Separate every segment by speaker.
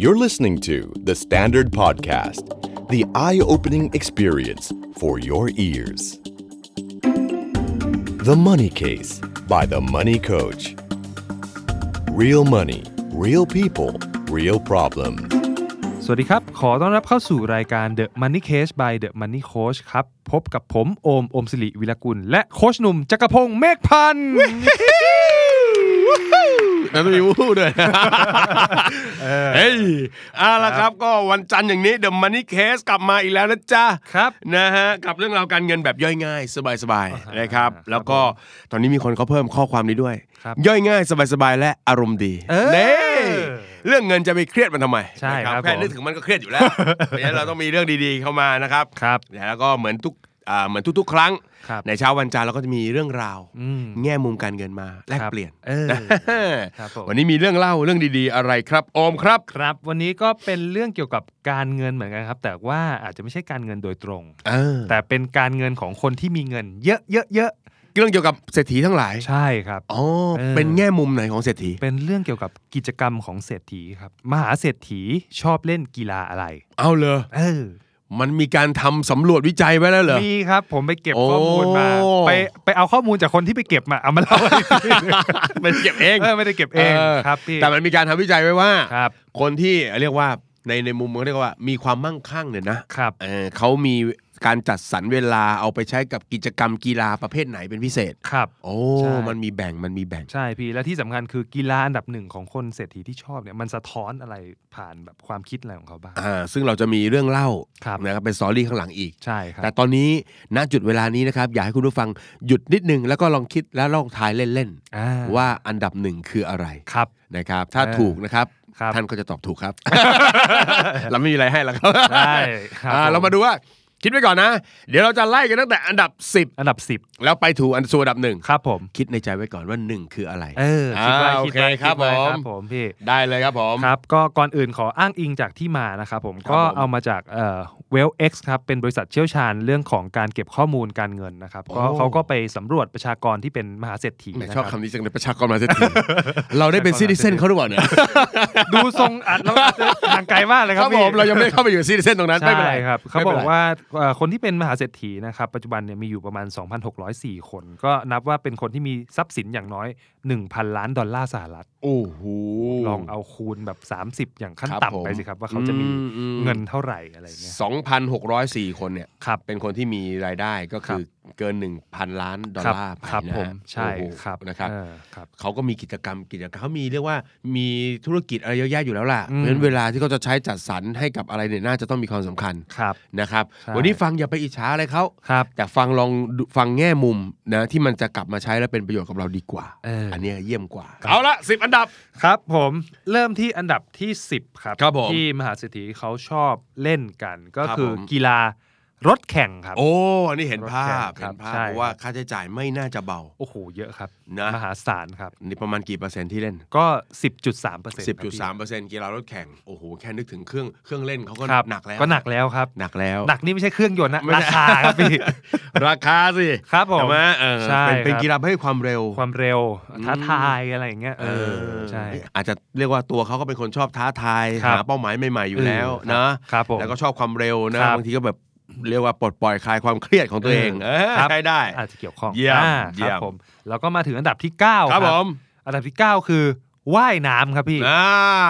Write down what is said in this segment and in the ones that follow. Speaker 1: You're listening to The Standard Podcast, the eye opening experience for your ears. The Money Case by The Money Coach. Real money, real people, real problems.
Speaker 2: สวัสดีครับ ขอต้อนรับเข้าสู่รายการ The Money Case by The Money Coach ครับ พบกับผมโอม โอมสิริวิรกุล และโคชหนุ่มจักรพงศ์เมฆพันธ์
Speaker 3: นั่นต้องมีวู้ด้วย เฮ้ยเอาละครับก็วันจันทร์อย่างนี้ The Money Case กลับมาอีกแล้วนะจ๊ะ
Speaker 2: ครับ
Speaker 3: นะฮะกับเรื่องราวการเงินแบบย่อยง่าย สบาย
Speaker 2: อ่า
Speaker 3: ๆ
Speaker 2: ฮะ
Speaker 3: นะครับ
Speaker 2: ครับ
Speaker 3: แล้วก็ตอนนี้มีคนเขาเพิ่มข้อความนี้ด้วย
Speaker 2: ครับ
Speaker 3: ย่อยง่าย สบายๆ และอารมณ์ดี
Speaker 2: เออ
Speaker 3: เน่เรื่องเงินจะไปเครียดมันทำไม
Speaker 2: ใช่
Speaker 3: นะครับ แค่
Speaker 2: ผม
Speaker 3: นึกถึงมันก็เครียดอยู่ แล้วเพราะฉะนั้นเราต้องมีเรื่องดีๆเข้ามานะครับ
Speaker 2: ครับ
Speaker 3: แล้วก็เหมือนทุกอ่าเหมือนทุก ๆ ครั้ง
Speaker 2: ครับ
Speaker 3: ในเช้าวันจันทร์เราก็จะมีเรื่องราว
Speaker 2: อืม
Speaker 3: แง่มุมการเงินมาแลก
Speaker 2: ครับ
Speaker 3: เปลี่ยน
Speaker 2: เออ
Speaker 3: เออ
Speaker 2: ครับผม
Speaker 3: วันนี้มีเรื่องเล่าเรื่องดีๆ อะไรครับออมครับ
Speaker 2: ครับ วันนี้ก็เป็นเรื่องเกี่ยวกับการเงินเหมือนกันครับ แต่ว่าอาจจะไม่ใช่การเงินโดยตรง
Speaker 3: เออ
Speaker 2: แต่เป็นการเงินของคนที่มีเงิน เยอะเยอะเยอะ
Speaker 3: เรื่องเกี่ยวกับเศรษฐีทั้งหลาย
Speaker 2: ใช่ครับ
Speaker 3: อ๋อ
Speaker 2: เออ
Speaker 3: เป็นแง่มุมไหนของเศรษฐี
Speaker 2: เป็นเรื่องเกี่ยวกับกิจกรรมของเศรษฐีครับ มหาเศรษฐีชอบเล่นกีฬาอะไร
Speaker 3: เอาเลย
Speaker 2: เออ
Speaker 3: มันมีการทำสำรวจวิจัยไว้แล้วเหรอ
Speaker 2: มี ครับ ผมไปเก็บข้อมูลมา
Speaker 3: โอ้
Speaker 2: ไปไปเอาข้อมูลจากคนที่ไปเก็บมาเอามาเล่าให้พี่
Speaker 3: มันเก็บเอง
Speaker 2: เออไม่ได้เก็บเอง
Speaker 3: ออ
Speaker 2: ครับพี่
Speaker 3: แต่มันมีการทำวิจัยไว้ว่า
Speaker 2: ครับ
Speaker 3: คนที่เรียกว่าในในมุมเขาเรียกว่ามีความมั่งคั่งเนี่ยนะครับ เออเขามีการจัดสรรเวลาเอาไปใช้กับกิจกรรมกีฬาประเภทไหนเป็นพิเศษ
Speaker 2: ครับ
Speaker 3: โอ้
Speaker 2: ใช่
Speaker 3: มันมีแบ่งมันมีแบ่ง
Speaker 2: ใช่พี่และที่สำคัญคือกีฬาอันดับหนึ่งของคนเศรษฐีที่ชอบเนี่ยมันสะท้อนอะไรผ่านแบบความคิดอะไรของเขาบ้าง
Speaker 3: อ่าซึ่งเราจะมีเรื่องเล่า
Speaker 2: ครับ
Speaker 3: นะครับเป็นสตอรี่ข้างหลังอีก
Speaker 2: ใช่ครับ
Speaker 3: แต่ตอนนี้ณจุดเวลานี้นะครับ อยากให้คุณผู้ฟังหยุดนิดนึง แล้วก็ลองคิดและลองทายเล่น
Speaker 2: อ่า
Speaker 3: ๆ ว่าอันดับหนึ่งคืออะไร
Speaker 2: ครับ
Speaker 3: นะครับ ถ้า
Speaker 2: เออ
Speaker 3: ถูกนะครับ
Speaker 2: ครับ
Speaker 3: ท่านก็จะตอบถูก ครับ เราไม่มีอะไรให้แล้วครับ
Speaker 2: ได้ครับ
Speaker 3: อ่า
Speaker 2: ผ
Speaker 3: เรามาดูว่า คิดไว้ก่อนนะ เดี๋ยวเราจะไล่กันตั้งแต่อันดับ
Speaker 2: อันดับสิบ
Speaker 3: 10 แล้วไปถูกอันสู่อันดับหนึ่ง
Speaker 2: ครับผม
Speaker 3: คิดในใจไว้ก่อนว่าหนึ่งคืออะไร
Speaker 2: เออคิดไว้
Speaker 3: อ่า
Speaker 2: คิดไว้
Speaker 3: โอเคครับ
Speaker 2: ดไว้
Speaker 3: ผม
Speaker 2: ครับผมพี่
Speaker 3: ได้เลยครับผม
Speaker 2: ครับก็ก่อนอื่นขออ้างอิงจากที่มานะครับผม
Speaker 3: ครับ
Speaker 2: ก็
Speaker 3: ผม
Speaker 2: เอามาจากเอ่อ Well X ครับเป็นบริษัทเชี่ยวชาญเรื่องของการเก็บข้อมูลการเงินนะครับก็
Speaker 3: โอ้
Speaker 2: เขาก็ไปสำรวจประชากรที่เป็นมหาเศรษฐี
Speaker 3: แหม
Speaker 2: นะค
Speaker 3: ชอ
Speaker 2: รั
Speaker 3: บบ คำนี้จังเลยประชากรมาเสียที เราได้เป็น
Speaker 2: ประ
Speaker 3: ซิ
Speaker 2: ชากรมาเสียที
Speaker 3: ติเซนเขาหรือเปล่าเนี่ย
Speaker 2: ดูทรงอัดแล้วอาจจะห่างไกลมากเลย
Speaker 3: ค
Speaker 2: ครั
Speaker 3: รั
Speaker 2: บบ
Speaker 3: ผม
Speaker 2: พี่
Speaker 3: เรายังไม่ได้เข้าไปอยู่ซีรีส์ตรงนั้นไม่
Speaker 2: ใช่
Speaker 3: เป็นไร
Speaker 2: ครับเขา
Speaker 3: ไม่
Speaker 2: บ
Speaker 3: ป็น
Speaker 2: อ
Speaker 3: ไร
Speaker 2: กว่าเอ่อคนที่เป็นมหาเศรษฐีนะครับปัจจุบันเนี่ยมีอยู่ประมาณ 2,604 คน ก็นับว่าเป็นคนที่มีทรัพย์สินอย่างน้อย 1,000 ล้านดอลลาร์สหรัฐ
Speaker 3: โอ้โห
Speaker 2: ลองเอาคูณแบบ 30 อย่างขั้น
Speaker 3: ครับผม
Speaker 2: ต่ำไปสิครับว่าเขาจะมี
Speaker 3: อืม
Speaker 2: เงินเท่าไหร่อะไรเงี้ย
Speaker 3: 2,604 คนเนี่ย
Speaker 2: ครับ
Speaker 3: เป็นคนที่มีรายได้ก็คือเกิน 1,000 ล้านดอลลาร์ไป
Speaker 2: ครับ
Speaker 3: นะ
Speaker 2: ผม
Speaker 3: ฮะ
Speaker 2: ใช่
Speaker 3: โอ้โห
Speaker 2: ครับ
Speaker 3: นะครับ
Speaker 2: เออครับ
Speaker 3: เขาก็มีกิจกรรมกิจกรรมเขามีเรียกว่ามีธุรกิจอะไรเยอะแยะอยู่แล้วล่ะ
Speaker 2: อื
Speaker 3: เพ
Speaker 2: ม
Speaker 3: ราะฉะนั้นเวลาที่เขาจะใช้จัดสรรให้กับอะไรเนี่ยน่าจะต้องมีความสำคัญ
Speaker 2: ครับ
Speaker 3: นะครับ
Speaker 2: ใช่
Speaker 3: วันนี้ฟังอย่าไปอิจฉาอะไรเขา
Speaker 2: ครับ
Speaker 3: แต่ฟังลองดูฟังแง่มุมนะที่มันจะกลับมาใช้แล้วเป็นประโยชน์กับเราดีกว่า
Speaker 2: เอออั
Speaker 3: นเนี้ยเยี่ยมกว่าเอาละสิบอันดับ
Speaker 2: ครับผมเริ่มที่อันดับที่ 10 ครับ
Speaker 3: ครับผม
Speaker 2: ที่มหาเศรษฐีเขาชอบเล่นกัน ก็
Speaker 3: ครับ
Speaker 2: คือ
Speaker 3: ผม
Speaker 2: กีฬารถแข่งครับ
Speaker 3: โอ้ อันนี้เห็นภาพ
Speaker 2: รถแข่งครั
Speaker 3: เห็
Speaker 2: บ
Speaker 3: นภาพ
Speaker 2: ใช่
Speaker 3: เพราะว่าค่าใช้จ่ายไม่น่าจะเบา
Speaker 2: โอ้โหเยอะครับ
Speaker 3: นะ
Speaker 2: มหาศาลครับ
Speaker 3: นี่ประมาณกี่เปอร์เซ็นต์ที่เล่น
Speaker 2: ก็ 10.3เปอร์เซ็นต์
Speaker 3: 10.3เปอร์เซ็นต์กีฬารถแข่ง โอ้โห แค่นึกถึงเครื่องเครื่องเล่นเขาก็
Speaker 2: ครับ
Speaker 3: หนักแล้ว
Speaker 2: ก็หนักแล้วครับ
Speaker 3: หนักแล้ว
Speaker 2: หนักนี่ไม่ใช่เครื่องยนต์นะ
Speaker 3: ไม่ใช่
Speaker 2: ราคาครับพี่
Speaker 3: ราคาสิ
Speaker 2: ครับผม
Speaker 3: ใช่ไหมเออ
Speaker 2: ใช่
Speaker 3: เป็นเป็น
Speaker 2: ครับ
Speaker 3: กีฬาให้ความเร็ว
Speaker 2: ความเร็ว
Speaker 3: อืม
Speaker 2: ท้าทายอะไรอย่างเงี้ยเออใช่
Speaker 3: อาจจะเรียกว่าตัวเขาก็เป็นคนชอบท้าทาย
Speaker 2: ครับ
Speaker 3: หาเป้าหมายใหม่ ๆ อยู่แล้วนะ
Speaker 2: ครับผม
Speaker 3: แล้วก็ชอบความเร็วนะ
Speaker 2: ครับ
Speaker 3: บางทีก็แบบเรียกว่าปลดปล่อยคลายความเครียดของตัวเอง
Speaker 2: เอ
Speaker 3: เอ
Speaker 2: อ
Speaker 3: อ
Speaker 2: ครับ
Speaker 3: ใช้ได้
Speaker 2: อาจจะเกี่ยวข้อง
Speaker 3: เยี่ยม
Speaker 2: อ่า
Speaker 3: เยี่
Speaker 2: ค
Speaker 3: ย
Speaker 2: รับ
Speaker 3: ม
Speaker 2: ผมแล้วก็มาถึงอันดับที่ 9
Speaker 3: ครับผม
Speaker 2: อันดับที่ 9 คือว่ายน้ำครับพี่
Speaker 3: อ่า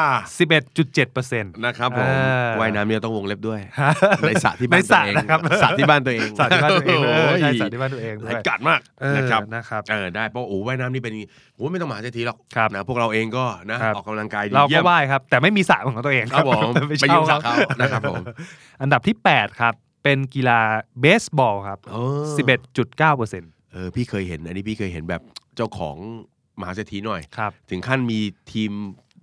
Speaker 2: 11.7เปอร์เซ็นต์
Speaker 3: นะครับผม
Speaker 2: เออ
Speaker 3: ว่ายน้ำเนี่ยต้องวงเล็บด้วย ในสระที่บ้าน
Speaker 2: ในสระ
Speaker 3: ตัวเอง
Speaker 2: นะครับ
Speaker 3: สระที่บ้านตัวเอง
Speaker 2: สระที่บ้านตัวเองเออ
Speaker 3: โย
Speaker 2: ใช่สระที่บ้านตัวเอง
Speaker 3: ห
Speaker 2: ด้ว
Speaker 3: ลา
Speaker 2: ย
Speaker 3: ยกัดมาก
Speaker 2: เออ
Speaker 3: นะครับ
Speaker 2: นะครับ
Speaker 3: เออได้เพราะโอ้ว่ายน้ำนี่เป็นโอ้ไม่ต้องมหาเศรษฐีหรอก
Speaker 2: ครับ
Speaker 3: นะพวกเราเองก็นะครับ ออกกำลังกายดี
Speaker 2: เรา
Speaker 3: เยี่
Speaker 2: ก็
Speaker 3: ยม
Speaker 2: ว่ายครับ แต่ไม่มีสระของตัวเอง
Speaker 3: ครับผม
Speaker 2: แต่
Speaker 3: ไป
Speaker 2: เช่
Speaker 3: ยืมสระเขานะครับผม
Speaker 2: อันดับที่ 8 ครับ เป็นกีฬาเบสบอลครับ
Speaker 3: เออ
Speaker 2: 11.9เปอร์เซ็นต์
Speaker 3: เออพี่เคยเห็น อันนี้พี่เคยเห็นแบบเจ้าของมหาเศรษฐีหน่อย
Speaker 2: ครับ
Speaker 3: ถึงขั้นมีทีม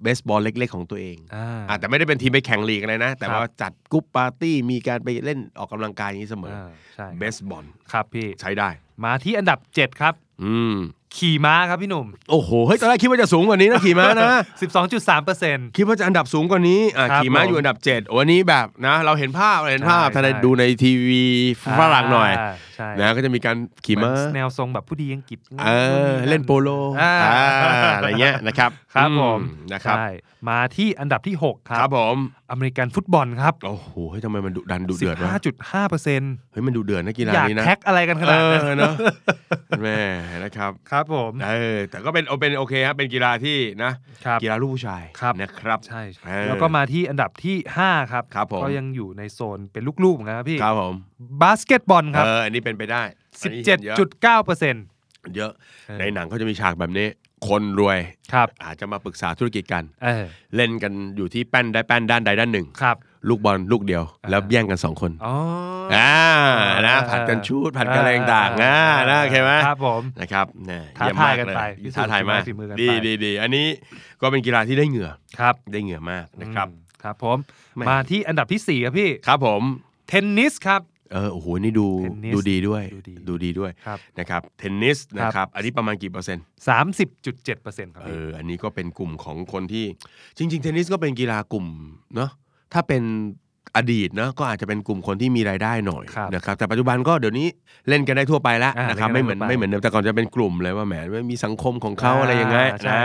Speaker 3: เบสบอลเล็ก ๆ ของตัวเอง
Speaker 2: อ่า
Speaker 3: อาจจะไม่ได้เป็นทีมไปแข่งลีกอะไรนะ แต่
Speaker 2: ครับ
Speaker 3: ว่าจัดกรุ๊ปปาร์ตี้มีการไปเล่นออกกำลังกายอย่างนี้เสมอ
Speaker 2: อ่าใช่
Speaker 3: เบสบอล
Speaker 2: ครับพี่
Speaker 3: ใช้ได้
Speaker 2: มาที่อันดับ 7 ครับ
Speaker 3: อืม
Speaker 2: ขี่ม้าครับพี่หนุ่ม
Speaker 3: โอ้โหเฮ้ยตอนแรกคิดว่าจะสูงกว่านี้นะขี่ม้านะ
Speaker 2: 12.3เปอร์เซ็นต์
Speaker 3: คิดว่าจะอันดับสูงกว่านี้อ่ะ
Speaker 2: ครับ
Speaker 3: ขี่ม้า
Speaker 2: ผม
Speaker 3: อยู่อันดับ7โอ้อันนี้แบบนะ เราเห็นภาพเราเห็นภาพ
Speaker 2: ใช่
Speaker 3: ถ้าได้
Speaker 2: ใช่
Speaker 3: ดูในทีวีฝรั่งหน่อย
Speaker 2: ใช่
Speaker 3: นะก็จะมีการขี่ม้า
Speaker 2: แนวทรงแบบผู้ดีอังกฤษ
Speaker 3: เออเล่นโปโล
Speaker 2: อ่า
Speaker 3: อ่าอะไรเงี้ยนะครับ
Speaker 2: ครับผม
Speaker 3: อืนะครับ
Speaker 2: ใช่มาที่อันดับที่ 6 ค
Speaker 3: ค
Speaker 2: รั
Speaker 3: รับ บผม
Speaker 2: อเมริกันฟุตบอลครับ
Speaker 3: โอ้โหเฮ้ยทำไมมันดุดันดุเดือดวะ
Speaker 2: 15.5เปอร์เซ็นต์
Speaker 3: เฮ้ยมันดุเดือดนะกีฬา
Speaker 2: อยาก
Speaker 3: นี้นะ
Speaker 2: แท็กอะไรกันข
Speaker 3: เอ
Speaker 2: นาดนั้น
Speaker 3: อเนาะแม่นะครับ
Speaker 2: ครับผม
Speaker 3: เออแต่ก็เป็นเอาเป็นโอเคครับเป็นกีฬาที่นะครับ กีฬาลูกผู้ชาย
Speaker 2: ครับ
Speaker 3: นะครับ
Speaker 2: ใช่
Speaker 3: เออ
Speaker 2: แล้วก็มาที่อันดับที่ 5 ครับ
Speaker 3: ครับผม
Speaker 2: ก็ยังอยู่ในโซนเป็นลูกๆเหมือนกันครับพี่
Speaker 3: ครับผม
Speaker 2: บาสเกตบอลครั
Speaker 3: เอออันนี้เป็นไปได้อันนี้เห็นเยอะ
Speaker 2: บ 17.9เปอร์เซ็นต์
Speaker 3: เยอะ
Speaker 2: เออ
Speaker 3: ในหนังเขาจะมีฉากแบบนี้ คนรวย
Speaker 2: ครับ
Speaker 3: อาจจะมาปรึกษาธุรกิจกัน
Speaker 2: เออ
Speaker 3: เล่นกันอยู่ที่แป้นได้แป้นด้านใดด้านหนึ่ง
Speaker 2: ครับ
Speaker 3: ลูกบอลลูกเดียว
Speaker 2: อ่า
Speaker 3: แล้วแย่งกันสองคน
Speaker 2: อ๋ออ
Speaker 3: อ่านะ
Speaker 2: อ่า
Speaker 3: ผัดกันชูดผัดกันอะไรต่างๆอ่านะโอเคไหม
Speaker 2: ครับผม
Speaker 3: นะครับเนี่ย
Speaker 2: ท้า
Speaker 3: เมม
Speaker 2: ทายกันไป
Speaker 3: เล
Speaker 2: พิสูจน์
Speaker 3: ท้าทายมาก
Speaker 2: ฝีมือกันไป
Speaker 3: ดีดีดีอันนี้ก็เป็นกีฬาที่ได้เหงื่อ
Speaker 2: ครับ
Speaker 3: ได้เหงื่อมากนะครับ
Speaker 2: อืมครับผม
Speaker 3: แม่
Speaker 2: มาที่อันดับทีสี่4ครับพี่
Speaker 3: ครับผม
Speaker 2: เทนนิสครับ
Speaker 3: เออโอ้โหนี่ดู
Speaker 2: เทนนิส
Speaker 3: ดูดีด้วย
Speaker 2: ดูดี
Speaker 3: ดูดีด้วย
Speaker 2: ครับ
Speaker 3: นะครับเทนนิสนะค
Speaker 2: ครั
Speaker 3: รับ บอันนี้ประมาณกี่เปอร์เซ็นต์
Speaker 2: สามสิบจุดเจ็ดเปอร์เซ็นต์ครับ
Speaker 3: เอ
Speaker 2: พี่
Speaker 3: อ อันนี้ก็เป็นกลุ่มของคนที่จริง ๆ เทนนิสก็เป็นกีฬากลุ่มเนาะ ถ้าเป็นอดีตเนาะก็อาจจะเป็นกลุ่มคนที่มีรายได้หน่อย
Speaker 2: ครับ
Speaker 3: นะครับ แต่ปัจจุบันก็เดี๋ยวนี้เล่นกันได้ทั่วไปแล้ว
Speaker 2: อ่า
Speaker 3: นะครับ
Speaker 2: เล่
Speaker 3: ไม่
Speaker 2: น
Speaker 3: เห
Speaker 2: กันได้ทั่วไป
Speaker 3: มือนไม่เหมือนเดิมแต่ก่อนจะเป็นกลุ่มเลยว่าแหมว่ามีสังคมของเขา
Speaker 2: อ่า
Speaker 3: อะไรยังไง
Speaker 2: ใช่
Speaker 3: อ่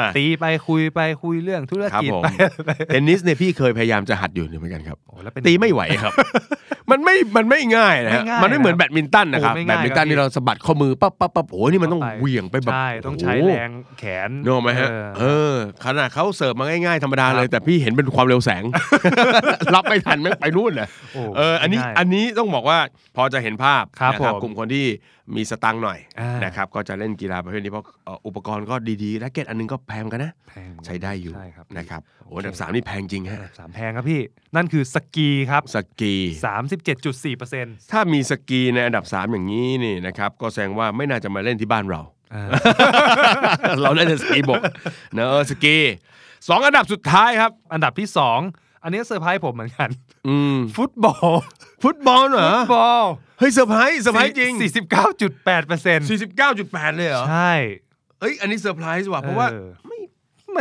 Speaker 3: า
Speaker 2: ตีไปคุยไปคุยเรื่องธุร
Speaker 3: ครับ
Speaker 2: กิจ
Speaker 3: ผม
Speaker 2: ไป
Speaker 3: เทนนิสเนี่ยพี่เคยพยายามจะหัดอยู่เหมือนกันครับ
Speaker 2: โอ้แล้วเป็น
Speaker 3: ตีไม่ไหวครับ มันไม่ มันไม่ง่ายนะฮะ
Speaker 2: ไม่ง่าย
Speaker 3: มันไม่เหมือน
Speaker 2: นะ
Speaker 3: แบดมินตันนะครับ
Speaker 2: โอ้ไม่
Speaker 3: แบ
Speaker 2: ง่าย
Speaker 3: ดมินตั
Speaker 2: ครั
Speaker 3: น
Speaker 2: บ
Speaker 3: นี่เราสะบัดข้อมือปั๊บปั๊บปั๊บโอ้โหนี่มันต้อง
Speaker 2: ไป
Speaker 3: เหวี่ยงไปแบบ
Speaker 2: ใช่ต้องใช้
Speaker 3: โโห
Speaker 2: แรงแขน
Speaker 3: นึกออกไหมฮะ
Speaker 2: เออ
Speaker 3: เออ ขนาดเขาเสิร์ฟมาง่ายๆ ธรรมดา
Speaker 2: ครับ
Speaker 3: เลย แต่พี่เห็นเป็นความเร็วแสง รับไม่ทันแม่งไปนู่นเลย
Speaker 2: โอ้
Speaker 3: เออ อันนี้
Speaker 2: ง่าย
Speaker 3: อันนี้ต้องบอกว่าพอจะเห็นภาพ
Speaker 2: ครับ
Speaker 3: นะ
Speaker 2: ผม
Speaker 3: กลุ่มคนที่มีสตังค์หน่อย
Speaker 2: อ่าน
Speaker 3: นะครับ ก็จะเล่นกีฬาประเภทนี้เพราะเอ่ออุปกรณ์ก็ดีๆ แร็กเก็ตอันนึงก็แพงกันนะ
Speaker 2: แพง
Speaker 3: ใช้ได้อยู่
Speaker 2: ใช่ครับ
Speaker 3: นะครับ โอ้อันดับสามนี่แพงจริงฮะ
Speaker 2: อันดับสามแพงครับพี่ นั่นคือสกีครับ
Speaker 3: สกี
Speaker 2: สามสิบเจ็ดจุดสี่เปอร์เซ็นต์
Speaker 3: ถ้ามีสกีในอันดับสามอย่างนี้นี่นะครับ ก็แสดงว่าไม่น่าจะมาเล่นที่บ้าน เรา เราเล่นแต่สกีบกเนอะเออสกีสองอันดับสุดท้ายครับ
Speaker 2: อันดับที่สองอันนี้เซอร์ไพรส์ผมเหมือนกัน
Speaker 3: อืม
Speaker 2: ฟุตบอล
Speaker 3: ฟุตบอลเหรอ
Speaker 2: ฟุตบอล
Speaker 3: เฮ้ยเซอร์ไพรส์เซอร์ไพรส์จริง
Speaker 2: สี่สิบเก้าจุดแปดเปอร์เซ็นต์
Speaker 3: 49.8 เลยเหรอ
Speaker 2: ใช่
Speaker 3: เอ้ยอันนี้เซอร์ไพรส์ว่ะเพราะว่า
Speaker 2: ออ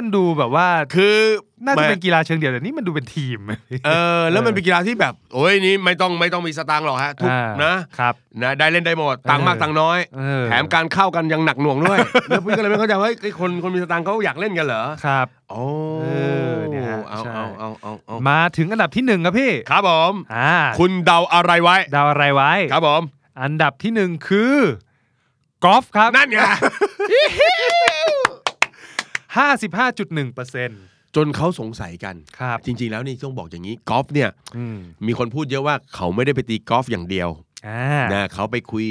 Speaker 2: มันดูแบบว่า
Speaker 3: คือ
Speaker 2: น่าจะเป็น
Speaker 3: มั
Speaker 2: กีฬาเชิงเดียวแต่นี่มันดูเป็นที ม
Speaker 3: เออแล้วมันเป็นกีฬาที่แบบ โอ้ยนี่ไม่ต้องไม่ต้องมีสตางค์หรอกฮะทุก
Speaker 2: อ่า
Speaker 3: นะครับ นะได้เล่นได้หมดตังค์มากตังค์น้อย
Speaker 2: เออ
Speaker 3: แถมการเข้ากันยังหนักหน่วง ด้วย แล้วพี่ก็เลยไม่เข้าใจว่าเฮ้ยไอ้คนคนมีสตางค์เขาอยากเล่นกันเหรอ
Speaker 2: ครับ
Speaker 3: โอ้
Speaker 2: เออเนี่ยฮะ
Speaker 3: เอา
Speaker 2: ใช่
Speaker 3: เอาเอาเอาเอา
Speaker 2: มาถึงอันดับที่หนึ่งครับพี่
Speaker 3: ครับผม
Speaker 2: อ่า
Speaker 3: คุณเดาอะไรไว้
Speaker 2: เดาวอะไรไว้
Speaker 3: ครับผม
Speaker 2: อันดับที่หนึ่งคือกอล์ฟครับ
Speaker 3: นั่นไง
Speaker 2: ห้าสิบห้าจุดหนึ่งเปอร์เซ็นต์
Speaker 3: จนเขาสงสัยกัน
Speaker 2: ครับ
Speaker 3: จริง ๆ แล้วนี่ต้องบอกอย่างนี้กอล์ฟเนี่ย
Speaker 2: อืม
Speaker 3: มีคนพูดเยอะว่าเขาไม่ได้ไปตีกอล์ฟอย่างเดียว
Speaker 2: อ่า
Speaker 3: นะเขาไปคุย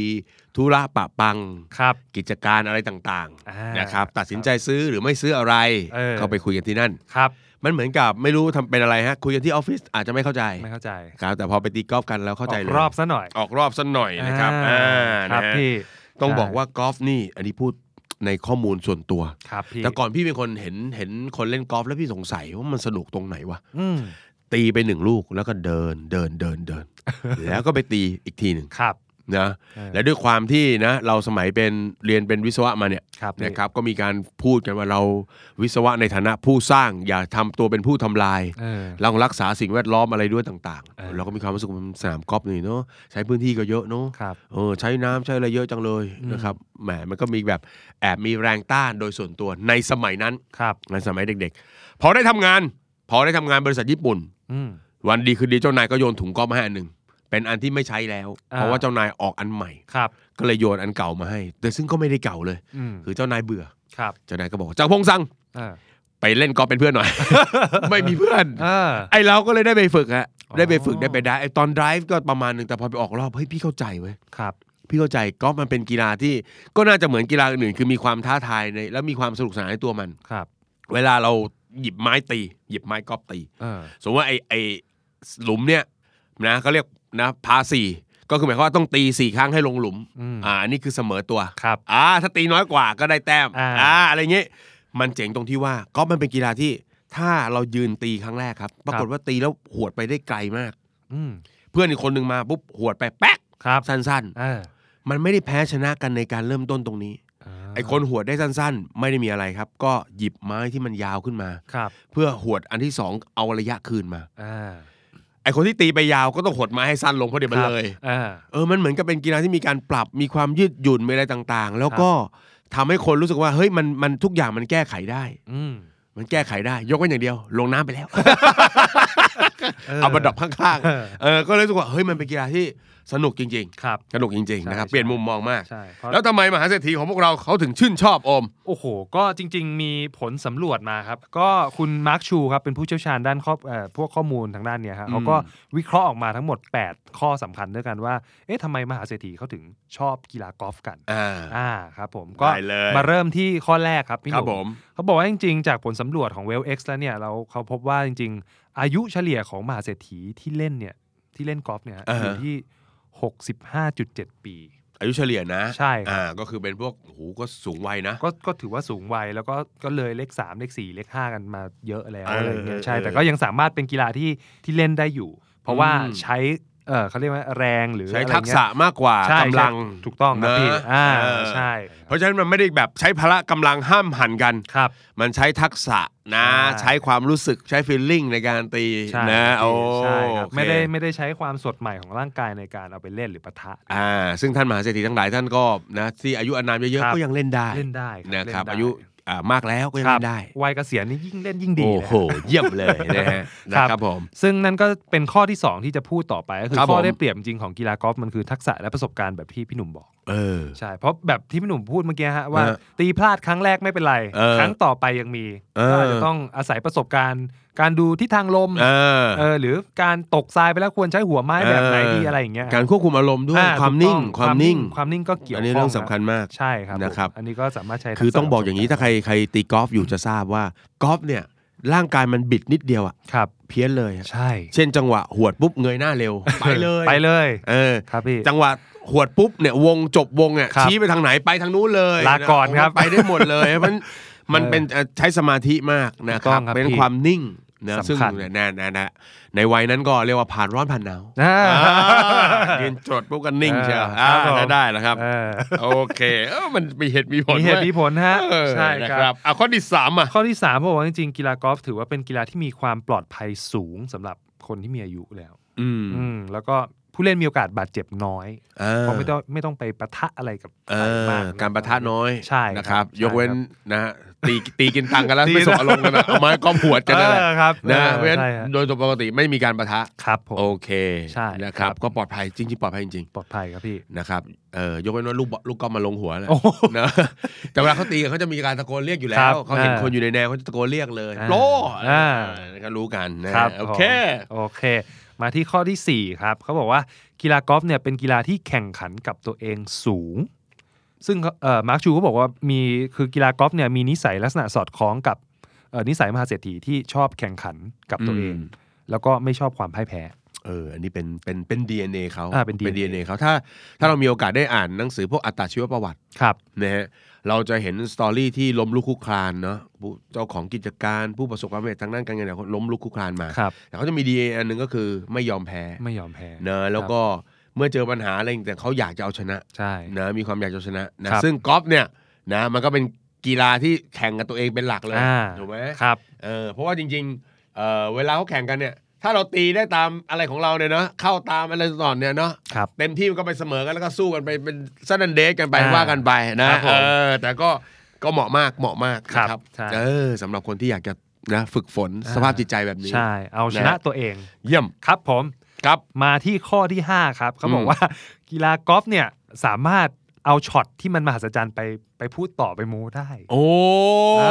Speaker 3: ธุระปะปัง
Speaker 2: ครับ
Speaker 3: กิจการอะไรต่าง
Speaker 2: อ่าน
Speaker 3: ๆนะครับตัดสินใจซื้อหรือไม่ซื้ออะไร
Speaker 2: เออ
Speaker 3: ไปคุยกันที่นั่น
Speaker 2: ครับ
Speaker 3: มันเหมือนกับไม่รู้ทำเป็นอะไรฮะคุยกันที่ออฟฟิศอาจจะไม่เข้าใจ
Speaker 2: ไม่เข้าใจ
Speaker 3: ครับแต่พอไปตีกอล์ฟกันแล้วเข้าใจเลย
Speaker 2: ออกรอบซะหน่อย
Speaker 3: ออกรอบสักหน่อยนะครับ
Speaker 2: อ่า
Speaker 3: อ่า
Speaker 2: ครั
Speaker 3: นะ
Speaker 2: บ
Speaker 3: ฮะ
Speaker 2: พี่
Speaker 3: ต้องบอกว่ากอล์ฟนี่อันนี้พูดในข้อมูลส่วนตัว
Speaker 2: ครับพี่
Speaker 3: แต่ก่อนพี่เป็นคนเห็นเห็นคนเล่นกอล์ฟแล้วพี่สงสัยว่ามันสนุกตรงไหนวะ
Speaker 2: อืม
Speaker 3: ตีไปหนึ่งลูกแล้วก็เดินเดินเดินเดิ น แล้วก็ไปตีอีกทีหนึ่ง
Speaker 2: ครับ
Speaker 3: นะ
Speaker 2: เออ
Speaker 3: และด้วยความที่นะเราสมัยเป็นเรียนเป็นวิศวะมาเนี่ย
Speaker 2: ครับพี่
Speaker 3: นะครับก็มีการพูดกันว่าเราวิศวะในฐานะผู้สร้างอย่าทำตัวเป็นผู้ทำลาย
Speaker 2: เออ
Speaker 3: เรารักษาสิ่งแวดล้อมอะไรด้วยต่าง
Speaker 2: เออ
Speaker 3: ๆ เราก็มีความรู้สึกว่ามันสนามกอล์ฟนี่เนาะใช้พื้นที่ก็เยอะเนาะ
Speaker 2: ครับ
Speaker 3: เออใช้น้ำใช้อะไรเยอะจังเลย
Speaker 2: อืม
Speaker 3: นะครับแหมมันก็มีแบบแอบมีแรงต้านโดยส่วนตัวในสมัยนั้น
Speaker 2: ครับ
Speaker 3: ในสมัยเด็กๆ พอได้ทำงาน พอได้ทำงานบริษัทญี่ปุ่น
Speaker 2: อืม
Speaker 3: วันดีคืนดีเจ้านายก็โยนถุงก๊อฟมาให้อันหนึ่งเป็นอันที่ไม่ใช้แล้ว
Speaker 2: อ่า
Speaker 3: เพราะว่าเจ้านายออกอันใหม่
Speaker 2: ครับ
Speaker 3: ก็เลยโยนอันเก่ามาให้ แต่ซึ่งก็ไม่ได้เก่าเลย
Speaker 2: อืม
Speaker 3: คือเจ้านายเบื่อ
Speaker 2: ครับ
Speaker 3: เจ้านายก็บอกเจ้าพงสัง
Speaker 2: เออ
Speaker 3: ไปเล่นกอล์ฟเป็นเพื่อนหน่อย ไม่มีเพื่อน
Speaker 2: เออ
Speaker 3: ไอเราก็เลยได้ไปฝึกฮะ
Speaker 2: อ๋อ
Speaker 3: ได้ไปฝึกได้ไปได้ไอตอน drive ก็ประมาณหนึ่งแต่พอไปออกรอบเฮ้ยพี่เข้าใจเว้ย
Speaker 2: ครับ
Speaker 3: พี่เข้าใจกอล์ฟมันเป็นกีฬาที่ก็น่าจะเหมือนกีฬาอื่นๆคือมีความท้าทายในและมีความสนุกสนานในตัวมัน
Speaker 2: ครับ
Speaker 3: เวลาเราหยิบไม้ตี หยิบไม้กอล์ฟตี
Speaker 2: เออ
Speaker 3: สมมติว่าไอ้ไอ้หลุมเนี่ยนะเขาเรียกนะพาสี่ก็คือหมายความว่าต้องตีสี่ครั้งให้ลงหลุม
Speaker 2: อืม
Speaker 3: อ่าอันนี้คือเสมอตัว
Speaker 2: ครับ
Speaker 3: อ่าถ้าตีน้อยกว่าก็ได้แต้ม
Speaker 2: อ่า
Speaker 3: อะไรเงี้ยมันเจ๋งตรงที่ว่าก็มันเป็นกีฬาที่ถ้าเรายืนตีครั้งแรกครับ ปรากฏว่าตีแล้วหวดไปได้ไกลมาก
Speaker 2: อืม
Speaker 3: เพื่อนอีกคนหนึ่งมาปุ๊บหวดไปแป๊ก
Speaker 2: ครับ
Speaker 3: สั้น
Speaker 2: เออ
Speaker 3: ๆ มันไม่ได้แพ้ชนะกันในการเริ่มต้นตรงนี้
Speaker 2: เออ
Speaker 3: ไอ้คนหวดได้สั้นๆ ไม่ได้มีอะไรครับ ก็หยิบไม้ที่มันยาวขึ้นมา
Speaker 2: ครับ
Speaker 3: เพื่อหวดอันที่สองเอาระยะคืนมา
Speaker 2: อ่า
Speaker 3: ไอ้คนที่ตีไปยาวก็ต้องหดไม้ให้สั้นลงเพราะเดี๋ยวมันเลย
Speaker 2: ครับอ่า
Speaker 3: เออ มันเหมือนกับเป็นกีฬาที่มีการปรับ มีความยืดหยุ่น มีอะไรต่างๆ แล้วก็ทำให้คนรู้สึกว่า เฮ้ย มัน มันทุกอย่างมันแก้ไขได้
Speaker 2: อืม
Speaker 3: มันแก้ไขได้ ยกเว้นอย่างเดียว ลงน้ำไป แล้ว
Speaker 2: เอา
Speaker 3: เอามาดรอปข้าง
Speaker 2: เออ
Speaker 3: ๆ เออ ก็เลยรู้สึกว่า เฮ้ย มันเป็นกีฬาที่สนุกจริง
Speaker 2: ครับ
Speaker 3: ๆ สนุกจริงๆ นะครับ
Speaker 2: ใช่
Speaker 3: เปลี่ยนมุมมองมาก
Speaker 2: ใช่เพราะ
Speaker 3: แล้วทำไมมหาเศรษฐีของพวกเราเขาถึงชื่นชอบอม
Speaker 2: โอ้โห ก็จริง ๆ มีผลสำรวจมาครับ ก็คุณมาร์คชูครับ เป็นผู้เชี่ยวชาญด้านข้อเอ่อพวกข้อมูลทางด้านเนี้ยฮะ
Speaker 3: อืม
Speaker 2: เขาก็วิเคราะห์ออกมาทั้งหมด 8 ข้อสำคัญด้วยกันว่า เอ๊ะทำไมมหาเศรษฐีเขาถึงชอบกีฬากอล์ฟกัน
Speaker 3: อ่า
Speaker 2: อ่า ครับผม ก็
Speaker 3: ได้เลย
Speaker 2: มาเริ่มที่ข้อแรกครับพี่ห
Speaker 3: ครั
Speaker 2: นุ่
Speaker 3: บผม ม
Speaker 2: เขาบอกว่าจริง ๆ จากผลสำรวจของ w e l l X แล้วเนี่ยเราเขาพบว่าจริง ๆ อายุเฉลี่ยของมหาเศรษฐีที่เล่นเนี่ยที่เล่นกอล์ฟเนี่ยฮะ
Speaker 3: อ่าฮะ
Speaker 2: อยู่ที่ 65.7 ปี
Speaker 3: อายุเฉลี่ยนะ
Speaker 2: ใช่ครับ
Speaker 3: อ่า ก็คือเป็นพวกโอ้โหก็สูงวัยนะ
Speaker 2: ก็ก็ถือว่าสูงวัยแล้วก็ก็เลยเลขสามเลขสี่เลขห้ากันมาเยอะแล้ว
Speaker 3: เอออ
Speaker 2: อะไรอย่างเงี้ยใช่
Speaker 3: เออ
Speaker 2: แต่ก็ยังสามารถเป็นกีฬาที่ที่เล่นได้อยู่ เพราะว่า
Speaker 3: อืม
Speaker 2: ใช้เออเขาเรียกว่าแรงหรือ
Speaker 3: ใช้
Speaker 2: อะไร
Speaker 3: ทัก
Speaker 2: เงี้ย
Speaker 3: ษะมากกว่า
Speaker 2: ใช่
Speaker 3: กำลัง
Speaker 2: ใช่ถูกต้องครับ
Speaker 3: นะ
Speaker 2: พี่อ่า
Speaker 3: เออ
Speaker 2: ใช่
Speaker 3: เพราะฉะนั้นมันไม่ได้แบบใช้พละกำลังห้ามหันกัน
Speaker 2: ครับ
Speaker 3: มันใช้ทักษะนะ
Speaker 2: ใช่
Speaker 3: ใช้ความรู้สึกใช้ฟีลลิ่งในการตี
Speaker 2: ใช่
Speaker 3: นะครับ โอ้
Speaker 2: พี่ใช่ครับ
Speaker 3: โอเค
Speaker 2: ไม่ได้ไม่ได้ใช้ความสดใหม่ของร่างกายในการเอาไปเล่นหรือปะทะ
Speaker 3: อ่าซึ่งท่านมหาเศรษฐีทั้งหลายท่านก็นะที่อายุอานามเยอะ
Speaker 2: ครั
Speaker 3: ๆ
Speaker 2: บ
Speaker 3: ก็ยังเล่นได้
Speaker 2: เล่นได้ครับ
Speaker 3: นะครับ
Speaker 2: เล่นได้
Speaker 3: อายุอ่ามากแล้วก็ยัง
Speaker 2: ครับ
Speaker 3: เล่นได้
Speaker 2: วัยเกษียณนี่ยิ่งเล่นยิ่งดี
Speaker 3: โอ้
Speaker 2: เลย
Speaker 3: โห
Speaker 2: ครับ
Speaker 3: เยี่ยมเลยนะฮะ
Speaker 2: ครับ
Speaker 3: นะครับผม
Speaker 2: ซึ่งนั่นก็เป็นข้อที่สองที่จะพูดต่อไปก็คือ
Speaker 3: ครับ
Speaker 2: ข้อ
Speaker 3: ผม
Speaker 2: ได้เปรียบจริงของกีฬากอล์ฟมันคือทักษะและประสบการณ์แบบที่พี่หนุ่มบอก
Speaker 3: เออ
Speaker 2: ใช่ เพราะแบบที่พี่หนุ่มพูดเมื่อกี้ฮะว่า
Speaker 3: เออ
Speaker 2: ตีพลาดครั้งแรกไม่เป็นไร
Speaker 3: เออ
Speaker 2: ครั้งต่อไปยังมี
Speaker 3: เอ
Speaker 2: ก็
Speaker 3: อ
Speaker 2: อาจจะต้องอาศัยประสบการณ์ การดูทิศทางลม
Speaker 3: เออ
Speaker 2: เออหรือการตกทรายไปแล้วควรใช้หัวไม้แบบไหนดี
Speaker 3: เอออ
Speaker 2: อะไรอย่างเงี้ย
Speaker 3: การควบคุมอารมณ์ด้วย
Speaker 2: อ่
Speaker 3: ความ
Speaker 2: ถูก
Speaker 3: นิ่
Speaker 2: ต้
Speaker 3: ง
Speaker 2: อง
Speaker 3: ความนิ่ง
Speaker 2: ความนิ่งก็เกี่ยว
Speaker 3: อั
Speaker 2: ข้อง
Speaker 3: นนี้เรื่องสำคัญมาก
Speaker 2: ใช่ครับ
Speaker 3: นะครับ
Speaker 2: ผมอันนี้ก็สามารถใช้
Speaker 3: คือต้องบอกอย่างนี้
Speaker 2: นี้
Speaker 3: ถ้าใครใครตีกอล์ฟอยู่จะทราบว่า กอล์ฟเนี่ยร่างกายมันบิดนิดเดียวอะ
Speaker 2: ครับ
Speaker 3: เพี้ยนเลยอะ
Speaker 2: ใช่
Speaker 3: เช่นจังหวะหวดปุ๊บเงยหน้า เร็ว ไปเลย
Speaker 2: ไปเลย
Speaker 3: เออ
Speaker 2: ครับพี่
Speaker 3: จังหวะหวดปุ๊บเนี่ยวงจบวงเนี่ย
Speaker 2: ครับ
Speaker 3: ชี้ไปทางไหนไปทางนู้นเลย
Speaker 2: ลาก่อนครับ
Speaker 3: โโหไปได้หมดเลย มันมันเป็นเอ่อใช้สมาธิมากนะ
Speaker 2: ถูก
Speaker 3: ค
Speaker 2: ต้
Speaker 3: รั
Speaker 2: อบ งครับ
Speaker 3: เป็น
Speaker 2: พี่
Speaker 3: ความนิ่งนะซึ่ง
Speaker 2: สำคัญ
Speaker 3: เนี่ยนะนะนะในวัยนั้นก็เรียกว่าผ่านร้อนผ่านหนาว
Speaker 2: อ่า
Speaker 3: อ่ายืนจดปุ๊บกันนิ่งเชียว
Speaker 2: เออครับผม
Speaker 3: อ่าได้แล้วครับ
Speaker 2: เออ
Speaker 3: โอเคเออมันมีเหตุมีผล
Speaker 2: มีเหตุ
Speaker 3: ว้ย
Speaker 2: มีผลฮะ
Speaker 3: เออ
Speaker 2: ใช่
Speaker 3: นะครับ อ่ะข้อที่สามอ่ะ
Speaker 2: ข้อที่3ามเขาบอกว่าจริงๆกีฬากอล์ฟถือว่าเป็นกีฬาที่มีความปลอดภัยสูงสำหรับคนที่มีอายุแล้ว
Speaker 3: อืม
Speaker 2: อืมแล้วก็ผู้เล่นมีโอกาสบาดเจ็บน้อย
Speaker 3: อ่า
Speaker 2: เพราะไม่ต้องไม่ต้องไปปะทะอะไรกับใค
Speaker 3: เอ
Speaker 2: ร
Speaker 3: อ
Speaker 2: มาก
Speaker 3: การประทะน้อย
Speaker 2: ใช่ครับ
Speaker 3: นะครับ
Speaker 2: ใช่
Speaker 3: ยกเว้น
Speaker 2: ครับ
Speaker 3: นะฮะตีตีกินตัง กันแล้วไม่สบอารมณ์กันอะเอาไม้ก้อมหัวกันนั่นแหละ
Speaker 2: เออครับ
Speaker 3: นะ
Speaker 2: ออ
Speaker 3: เพราะฉะนั้น
Speaker 2: ใช่ฮะ
Speaker 3: โดยปกติไม่มีการประทะ
Speaker 2: ครับผม
Speaker 3: โอเค
Speaker 2: ใช่
Speaker 3: นะครับ
Speaker 2: ครับ
Speaker 3: ก็ปลอดภัยจริงๆปลอดภัยจริง
Speaker 2: ปลอดภัยครับพี่
Speaker 3: ๆนะครับเออยกเว้นว่าลูกบอลลูกก้อมมาลงหัวแหละ
Speaker 2: โอ้โห
Speaker 3: นะ แต่เวลาเขาตีกันเขาจะมีการตะโกนเรียกอยู่แล้
Speaker 2: ครั
Speaker 3: ว
Speaker 2: บ
Speaker 3: เขาเห็น
Speaker 2: อ่า
Speaker 3: คนอยู่ในแนวเขาจะตะโกนเรียกเลย
Speaker 2: อ่า
Speaker 3: โล
Speaker 2: อ่า
Speaker 3: ก็รู้กันนะครับ โอเค
Speaker 2: ผมโอเค มาที่ข้อทีสี่4ครับเขาบอกว่ากีฬากอล์ฟเนี่ยเป็นกีฬาที่แข่งขันกับตัวเองสูง ซึ่งเอ่อมาร์คชูก็บอกว่ามีคือกีฬากอล์ฟเนี่ยมีนิสัยลักษณะสอดคล้องกับเอ่อนิสัยมหาเศรษฐีที่ชอบแข่งขันกับตัวเอง
Speaker 3: อืม
Speaker 2: แล้วก็ไม่ชอบความพ่ายแพ้
Speaker 3: เออ อันนี้เป็น เป็น เป็น DNA เขา
Speaker 2: อ่าเป็น DNA
Speaker 3: น DNA เขาถ้า ถ้าเรามีโอกาสได้อ่านหนังสือพวกอัตชีวประวัติ
Speaker 2: ครับ
Speaker 3: นะฮะ เราจะเห็นสตอรี่ที่ล้มลุกคลุกคลานเนาะผู้เจ้าของกิจการผู้ประสบความสำเร็จทางด้านการเงินเนี่ยเขาล้มลุกคลุกคลานมา
Speaker 2: ครับ
Speaker 3: แต่เขาจะมี DNA อันหนึ่งก็คือไม่ยอมแพ้
Speaker 2: ไม่ยอมแพ้
Speaker 3: เนอะแล้วก็เมื่อเจอปัญหาอะไรแต่างๆเขาอยากจะเอาชนะ
Speaker 2: ใช่
Speaker 3: เนอะมีความอยากจะเอาชนะนะครับ ซึ่งกอล์ฟเนี่ยนะมันก็เป็นกีฬาที่แข่งกับตัวเองเป็นหลักเลย
Speaker 2: อ่า
Speaker 3: ถูกไหม
Speaker 2: ครับ
Speaker 3: เออเพราะว่าจริงๆเออเวลาเขาแข่งกันเนี่ย ถ้าเราตีได้ตามอะไรของเราเนี่ยเนาะเข้าตามอะไรต่อเนี่ยเนาะ
Speaker 2: ครับ
Speaker 3: เต็มที่มันก็ไปเสมอกันแล้วก็สู้กันไปเป็นซันนันเดสกันไป
Speaker 2: อ่า
Speaker 3: ว่ากันไปนะครับ
Speaker 2: ผ
Speaker 3: เอ
Speaker 2: ม
Speaker 3: อแต่ก็ก็เหมาะมากเหมาะมากนะครับ
Speaker 2: ใช่
Speaker 3: เออสำหรับคนที่อยากจะนะฝึกฝน
Speaker 2: อ่า
Speaker 3: สภาพจิตใจแบบนี้
Speaker 2: ใช่ เอาชนะ
Speaker 3: นะ
Speaker 2: ตัวเอง
Speaker 3: เยี่ยม
Speaker 2: ครับผม
Speaker 3: ครับ
Speaker 2: มาที่ข้อที่ 5 ครับเขาบอ
Speaker 3: อื
Speaker 2: ก
Speaker 3: ม
Speaker 2: ว่า กีฬากอล์ฟเนี่ยสามารถเอาช็อตที่มันมหัศจรรย์ไปไปพูดต่อไปโมได้
Speaker 3: โอ้
Speaker 2: เอ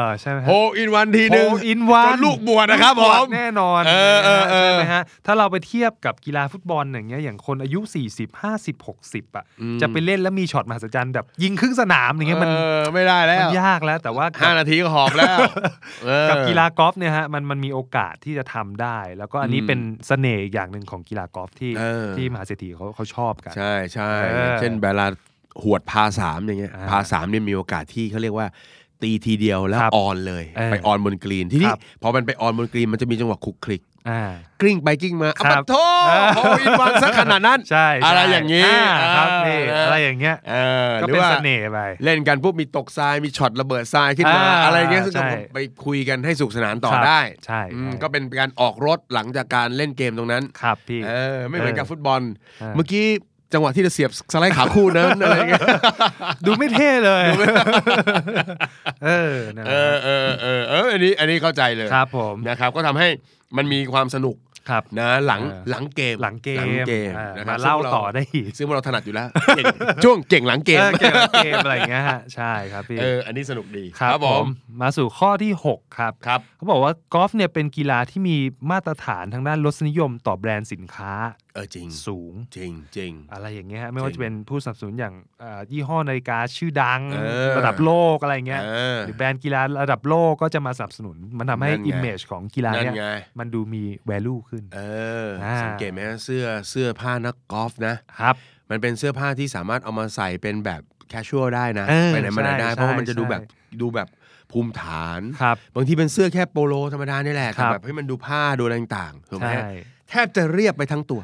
Speaker 2: อใช่ไหม
Speaker 3: โฮอินวันทีหนึ่ง
Speaker 2: โฮอินวัน
Speaker 3: จลูกบวชนะครับผม
Speaker 2: แน่นอน
Speaker 3: เออเออเออ
Speaker 2: ใช่ไหมฮะถ้าเราไปเทียบกับกีฬาฟุตบอลอย่างเงี้ยอย่างคนอายุ 40 50 60อ่ะจะไปเล่นแล้วมีช็อตมหัศจรรย์แบบยิงครึ่งสนามอย่างเงี้ยมัน
Speaker 3: เออไม่ได้แล้
Speaker 2: มั
Speaker 3: วน
Speaker 2: ยากแล้วแต่ว่ากับ
Speaker 3: ห้านาทีก็หอบแล้วเออ
Speaker 2: กับกีฬากอล์ฟเนี่ยฮะมันมันมีโอกาสที่จะทำได้ แล้วก็อันนี้
Speaker 3: อืม
Speaker 2: เป็นเสน่ห์อย่างหนึ่งของกีฬากอล์ฟที่
Speaker 3: เออ
Speaker 2: ที่มหาเศรษฐีเขาเขาชอบกัน
Speaker 3: ใช่ใช่
Speaker 2: เออ
Speaker 3: เช่นเวลาหวดพาสามอย่างเงี้ย
Speaker 2: อ่า
Speaker 3: พาสามเนี่ยมีโอกาสที่เขาเรียกว่า ตีทีเดียวแล้ว
Speaker 2: ครับ
Speaker 3: ออนเลย
Speaker 2: เออ
Speaker 3: ไปออนบนกรีนทีนี้
Speaker 2: ครับ
Speaker 3: พอมันไปออนบนกรีนมันจะมีจังหวะคลุกคลิก
Speaker 2: อ่า
Speaker 3: กลิ้งไปกลิ้งมา
Speaker 2: ค
Speaker 3: อั
Speaker 2: รับ
Speaker 3: ปะโทพออินวันซะขนาดนั้น
Speaker 2: ใช่ใช่
Speaker 3: อะไรอย่างนี้
Speaker 2: ครับนี่
Speaker 3: า
Speaker 2: อะไรอย่างเงี้ย
Speaker 3: เออ
Speaker 2: ก็
Speaker 3: หรือ
Speaker 2: เป็น
Speaker 3: ว่า
Speaker 2: เสน่ห์ไป
Speaker 3: เล่นกันปุ๊บมีตกทรายมีช็อตระเบิดทรายขึ้นมา
Speaker 2: อ่า
Speaker 3: อะไรอย่างเงี้ยซึ่ง
Speaker 2: ใช่
Speaker 3: ก็ไปคุยกันให้สนุขสนานต่อ
Speaker 2: ครับ
Speaker 3: ได้
Speaker 2: ใช่
Speaker 3: อืม
Speaker 2: ใช่
Speaker 3: ก็เป็นการออกรถหลังจากการเล่นเกมตรงนั้น
Speaker 2: ครับพี่
Speaker 3: เออไม่เหมือนกับ
Speaker 2: เออ
Speaker 3: ฟุตบอล
Speaker 2: เออ
Speaker 3: เมื่อกี้จังหวะที่เราเสียบสไลด์ขาคู่นั้นอะไรอย่างเงี้ย
Speaker 2: ดูไม่เท่เลยเออนะ
Speaker 3: เออเออเออเอออันนี้อันนี้เข้าใจเลย
Speaker 2: ครับผม
Speaker 3: นะครับก็ทำให้มันมีความสนุก
Speaker 2: ครับ
Speaker 3: นะหลัง
Speaker 2: เออ
Speaker 3: หลังเกม
Speaker 2: หลังเกม
Speaker 3: หลังเกม
Speaker 2: อ่า
Speaker 3: นะครั
Speaker 2: มา
Speaker 3: บ
Speaker 2: เล่าต่อได้อีก
Speaker 3: ซึ่งพวกเราถนัดอยู่แล้วเก่งช่วงเก่งหลังเกม
Speaker 2: เออเกมหลังเกมอะไรอย่างเงี้ยฮะใช่ครับพี่
Speaker 3: เออ อันนี้สนุกดี
Speaker 2: ครับผมมาสู่ข้อที่ 6 ครับ
Speaker 3: ครับ
Speaker 2: เขาบอกว่ากอล์ฟเนี่ยเป็นกีฬาที่มีมาตรฐานทางด้านรสนิยมต่อแบรนด์สินค้า
Speaker 3: เออจริง
Speaker 2: สูง
Speaker 3: จริงจริง
Speaker 2: อะไรอย่างเงี้ยฮะไม่ว่า
Speaker 3: จริง
Speaker 2: จะเป็นผู้สนับสนุนอย่างเอ่อยี่ห้อนาฬิกาชื่อดัง
Speaker 3: เออ
Speaker 2: ระดับโลกอะไรเงี้ย
Speaker 3: เออ
Speaker 2: หรือแบรนด์กีฬาระดับโลกก็จะมาสนับสนุน มันทำให้
Speaker 3: นั่นไง
Speaker 2: อิมเมจของกีฬา
Speaker 3: นั่น
Speaker 2: เนี่ย
Speaker 3: ไง
Speaker 2: มันดูมี value ขึ้น
Speaker 3: เออ
Speaker 2: อ่า
Speaker 3: สังเกตไหมเสื้อเสื้อผ้านักกอล์ฟนะ
Speaker 2: ครับ
Speaker 3: มันเป็นเสื้อผ้าที่สามารถเอามาใส่เป็นแบบแคชชวลได้นะ
Speaker 2: เออ
Speaker 3: ไปไหนมาไหนได้
Speaker 2: ใช่
Speaker 3: เพราะว่ามันจะ
Speaker 2: ใช่
Speaker 3: ดูแบบดูแบบภูมิฐาน
Speaker 2: ครับ
Speaker 3: บางทีเป็นเสื้อแค่โปโลธรรมดานี่แหละ
Speaker 2: ครั
Speaker 3: แต่
Speaker 2: บ
Speaker 3: แบบให้มันดูผ้าดูอะไรต่างๆถูกไหม
Speaker 2: ใช่
Speaker 3: ฮะแทบจะเรียบไปทั้ง ตัว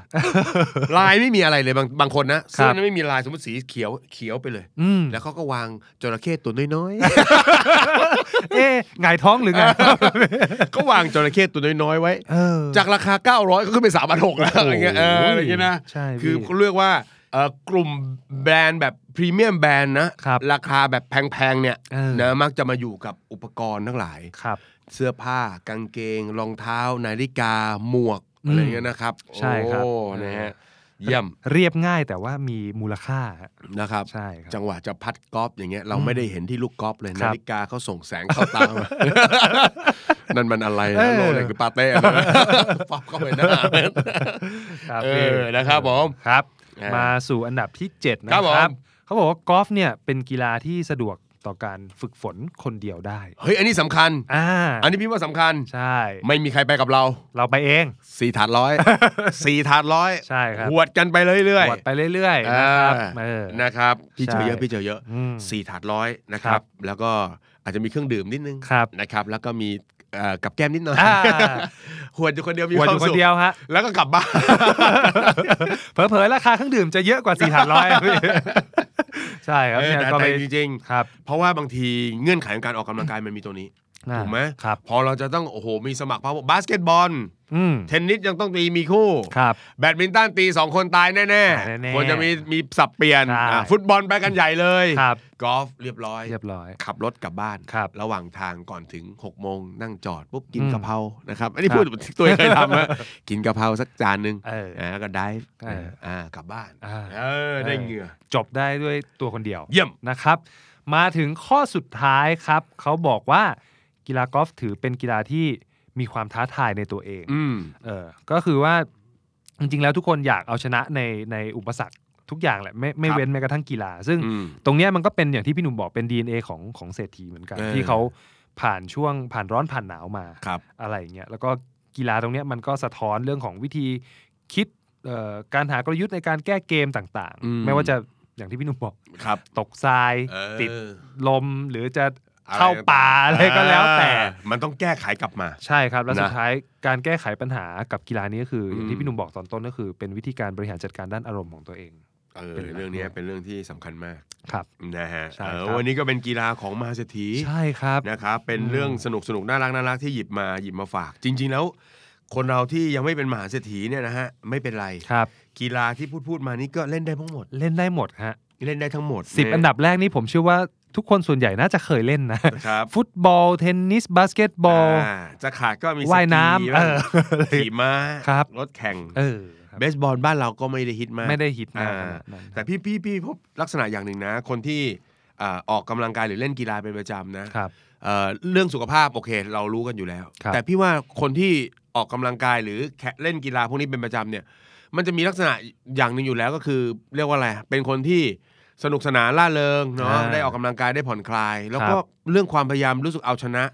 Speaker 3: ลายไม่มีอะไรเลยบางบางคนนะ เสื้อนั้นไม่มีลายสมมติสีเขียวเขียวไปเลย
Speaker 2: อืม
Speaker 3: แล้วเขาก็วางจระเข้ตัวน้อยๆ
Speaker 2: เอ๊ะหงายท้องหรือไง
Speaker 3: ก็วางจระเข้ตัวน้อยๆไว้
Speaker 2: เออ
Speaker 3: จากราคา 900 ก็ขึ้นไป3ามพันหกแล้ว อะไรเงี้ยเอออะไรเงี้ยนะ
Speaker 2: ใช่
Speaker 3: คือ
Speaker 2: พี่
Speaker 3: เขาเรียกว่าเอ่อกลุ่มแบรนด์แบบพรีเมียมแบรนด์นะครับ ราคาแบบแพงๆเนี่ย
Speaker 2: เออ
Speaker 3: นะมักจะมาอยู่กับอุปกรณ์ทั้งหลาย
Speaker 2: ครับ
Speaker 3: เสื้อผ้ากางเกง รองเท้า นาฬิกา หมวก
Speaker 2: อืม
Speaker 3: อะไรเงี้ยนะครับ
Speaker 2: ใช่ครับ
Speaker 3: โอ้นะฮะเยี่ยม
Speaker 2: เรียบง่ายแต่ว่ามีมูลค่าฮะ
Speaker 3: นะครับ
Speaker 2: ใช่ครับ
Speaker 3: จังหวะจะพัดกอล์ฟอย่างเงี้ยเราไม่ได้เห็นที่ลูกกอล์ฟเลย
Speaker 2: ครั
Speaker 3: นา
Speaker 2: บ
Speaker 3: ฬิกาเขาส่งแสงเข้าตามา นั่นมันอะไร
Speaker 2: เอ
Speaker 3: นะ
Speaker 2: อ
Speaker 3: โลเล็กหรือปาเต้นะ ป๊อปเข้าไปหน้า
Speaker 2: ครับ
Speaker 3: เอ
Speaker 2: พี่
Speaker 3: อนะครับผม
Speaker 2: ครับ
Speaker 3: เออ
Speaker 2: มาสู่อันดับที่ 7 นะครับ
Speaker 3: ผม
Speaker 2: ครับ เขาบอกว่ากอล์ฟเนี่ยเป็นกีฬาที่สะดวกต่อการฝึกฝนคนเดียวได้
Speaker 3: เฮ้ยอันนี้สำคัญ
Speaker 2: อ่า
Speaker 3: อันนี้พี่ว่าสำคัญ
Speaker 2: ใช่
Speaker 3: ไม่มีใครไปกับเรา
Speaker 2: เราไปเอง
Speaker 3: สี่ถาดร้อย สี่ถาดร้อย
Speaker 2: ใช่ครับ
Speaker 3: หวดกันไปเรื่อย
Speaker 2: หวดไปเรื่อย
Speaker 3: ๆ
Speaker 2: ๆนะครับ
Speaker 3: เอ
Speaker 2: เอ
Speaker 3: อ
Speaker 2: อ
Speaker 3: นะครับพี่
Speaker 2: ใช่
Speaker 3: เจอเยอะพี่เจอเยอะ
Speaker 2: อืม
Speaker 3: สี่ถาดร้อยนะค
Speaker 2: ครั
Speaker 3: รับ
Speaker 2: บ
Speaker 3: แล้วก็อาจจะมีเครื่องดื่มนิดนึง
Speaker 2: ครับ
Speaker 3: นะครับ แล้วก็มีเอ่อกับแก้มนิดหน่อย
Speaker 2: อ่า
Speaker 3: หวดอยู่คนเดียวมี
Speaker 2: ห
Speaker 3: คว
Speaker 2: ด
Speaker 3: วา
Speaker 2: อ
Speaker 3: ม
Speaker 2: ยู่ค
Speaker 3: สุ
Speaker 2: น
Speaker 3: ข
Speaker 2: เดียว ฮะ
Speaker 3: แล้วก็กลับบ้าน
Speaker 2: เผลอๆราคาเครื่องดื่มจะเยอะกว่าสี่ถาดร้อยอะพี่ ใช่ครับ
Speaker 3: เออ
Speaker 2: เนี่ย
Speaker 3: แต่
Speaker 2: ก็ไป
Speaker 3: แต่จริง
Speaker 2: ครับ
Speaker 3: ๆ เพราะว่าบางทีเงื่อนไขของการออกกำลังกายมันมีตัวนี้ ถูกไหม
Speaker 2: ครับ
Speaker 3: พอเราจะต้องโอ้โหมีสมัครพาวบาสเกตบอล
Speaker 2: อืม
Speaker 3: เทนนิสยังต้องตีมีคู่
Speaker 2: ครับ
Speaker 3: แบดมินตันตี 2 คนตายแน่
Speaker 2: ตายแน่
Speaker 3: ควรจะมีมีสับเปลี่ยน
Speaker 2: ใช่
Speaker 3: อ่ะฟุตบอลไปกันใหญ่เลย
Speaker 2: ครับ
Speaker 3: กอล์ฟเรียบร้อย
Speaker 2: เรียบร้อย
Speaker 3: ขับรถกลับบ้าน
Speaker 2: ครับ
Speaker 3: หว่างทางก่อนถึง6กโมงนั่งจอดปุ๊บกิน
Speaker 2: อืม
Speaker 3: กะเพรานะครับอันนี้
Speaker 2: ครับ
Speaker 3: พูดเหมือนที่ตัวเองเคยทำนะ กินกะเพราสักจานหนึง
Speaker 2: เออ
Speaker 3: แล้วก็ได้
Speaker 2: เอออ่
Speaker 3: ่ากลับบ้าน
Speaker 2: อ่า
Speaker 3: เออได้เหงื่อ
Speaker 2: จบได้ด้วยตัวคนเดียว
Speaker 3: เยี่ยม
Speaker 2: นะครับมาถึงข้อสุดท้ายครับ เขาบอกว่ากีฬากอล์ฟถือเป็นกีฬาที่มีความท้าทายในตัวเอง
Speaker 3: อืม
Speaker 2: เออก็คือว่าจริงๆแล้วทุกคนอยากเอาชนะในในอุปสรรคทุกอย่างแหละไม่ไม่
Speaker 3: ครับ
Speaker 2: เว้นแม้กระทั่งกีฬา ซึ่ง
Speaker 3: อืม
Speaker 2: ตรงเนี้ยมันก็เป็นอย่างที่พี่หนุ่มบอกเป็น DNA ของของเศรษฐีเหมือนกัน
Speaker 3: เออ
Speaker 2: ที่เขาผ่านช่วงผ่านร้อนผ่านหนาวมา
Speaker 3: ครับ
Speaker 2: อะไรอย่างเงี้ยแล้วก็กีฬาตรงเนี้ยมันก็สะท้อนเรื่องของวิธีคิดเอ่อการหากลยุทธ์ในการแก้เกมต่าง
Speaker 3: อืม
Speaker 2: ๆ ไม่ว่าจะอย่างที่พี่หนุ่มบอก
Speaker 3: ครับ
Speaker 2: ตกทราย
Speaker 3: เออ
Speaker 2: ติดลมหรือจะ
Speaker 3: อะไร
Speaker 2: เข้าป่าอะไรก็แล้วแต่
Speaker 3: อ่ามันต้องแก้ไขกลับมา
Speaker 2: ใช่ครับ แล้ว
Speaker 3: นะ
Speaker 2: สุดท้ายการแก้ไขปัญหากับกีฬานี้ก็คืออ
Speaker 3: ม
Speaker 2: อย่างที่พี่หนุ่มบอกตอนต้นก็คือ เป็นวิธีการบริหารจัดการด้านอารมณ์ของตัวเอง
Speaker 3: เออ
Speaker 2: เป็นหลัก
Speaker 3: เรื่องเนี้ยเป็นเรื่องที่สำคัญมาก
Speaker 2: ครับ
Speaker 3: นะฮะ
Speaker 2: ใช่
Speaker 3: เออ
Speaker 2: ครับ
Speaker 3: วันนี้ก็เป็นกีฬาของมหาเศรษฐี
Speaker 2: ใช่ครับ
Speaker 3: นะครับเป็น
Speaker 2: อืม
Speaker 3: เรื่องสนุกสนุกน่ารักน่ารักที่หยิบมาหยิบมาฝาก จริง ๆ แล้ว คนเราที่ยังไม่เป็นมหาเศรษฐีเนี่ยนะฮะไม่เป็นไร
Speaker 2: ครับ
Speaker 3: กีฬาที่พูดพูดมานี่ก็เล่นได้ทั้งหมด
Speaker 2: เล่นได้หมดฮะ
Speaker 3: เล่นได้ทั้งหมด
Speaker 2: สิบอันดับแรกนี่ผมเชื่อว่าทุกคนส่วนใหญ่น่าจะเคยเล่นนะ
Speaker 3: นะครับ
Speaker 2: ฟุตบอล เทนนิส บาสเกตบอล
Speaker 3: อ่าจะขาดก็มี
Speaker 2: ว่ายน้ำ
Speaker 3: สกีบ้าง
Speaker 2: เออ
Speaker 3: ขี่ม้า
Speaker 2: ครับ
Speaker 3: รถแข่ง
Speaker 2: เออครับ
Speaker 3: เบสบอลบ้านเราก็ไม่ได้ฮิตมาก
Speaker 2: ไม่ได้ฮิตมากข
Speaker 3: อ่า
Speaker 2: นาดนั้น
Speaker 3: แต่พี่พี่พี่พบลักษณะอย่างหนึ่งนะ คนที่อ่าออกกำลังกายหรือเล่นกีฬาเป็นประจำนะครับ เอ่อเรื่องสุขภาพโอเค เรารู้กันอยู่แล้ว
Speaker 2: ครับ
Speaker 3: แต่พี่ว่าคนที่ออกกำลังกายหรือแค่เล่นกีฬาพวกนี้เป็นประจำเนี่ยมันจะมีลักษณะอย่างหนึ่งอยู่แล้วก็คือ เรียกว่าอะไรเป็นคนที่สนุกสนานล่าเริงเนาะ
Speaker 2: อ่า
Speaker 3: ได้ออกกำลังกายได้ผ่อนคลาย แล้ว
Speaker 2: ครั
Speaker 3: ก็
Speaker 2: บ
Speaker 3: เรื่องความพยายามรู้สึกเอาชนะ